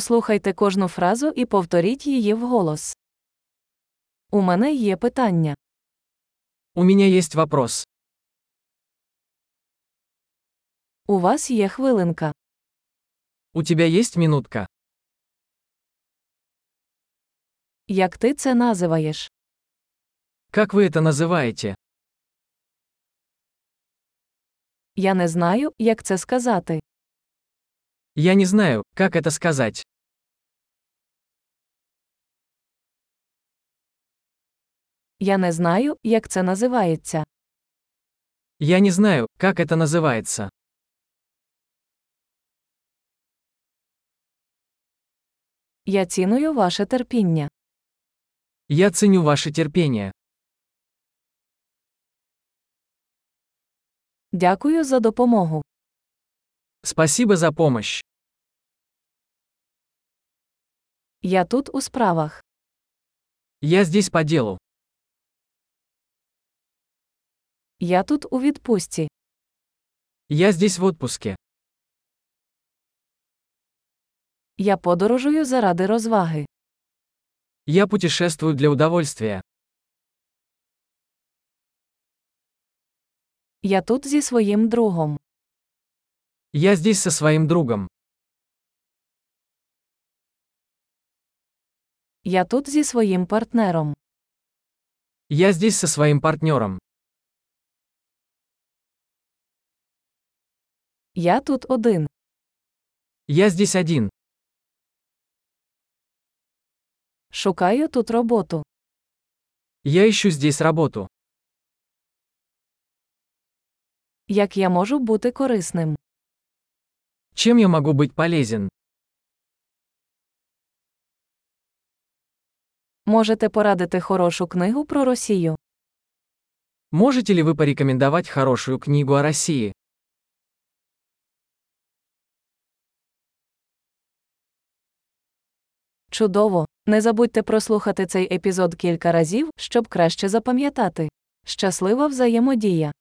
Послухайте кожну фразу і повторіть її вголос. У мене є питання. У меня есть вопрос. У вас є хвилинка. У тебя есть минутка? Як ти це називаєш? Как вы это называете? Я не знаю, як це сказати. Я не знаю, как это сказать. Я не знаю, як це називається. Я не знаю, как это называется. Я ціную ваше терпіння. Я ценю ваше терпение. Дякую за допомогу. Спасибо за помощь. Я тут у справах. Я здесь по делу. Я тут у відпустці. Я здесь в отпуске. Я подорожую заради розваги. Я путешествую для удовольствия. Я тут зі своїм другом. Я здесь со своим другом. Я тут зі своїм партнером. Я здесь со своим партнером. Я тут один. Я здесь один. Шукаю тут роботу. Я ищу здесь работу. Як я можу бути корисним? Чем я могу быть полезен? Можете порадити хорошу книгу про Росію. Можете ли вы порекомендовать хорошую книгу о России? Чудово! Не забудьте прослухати цей епізод кілька разів, щоб краще запам'ятати. Щаслива взаємодія!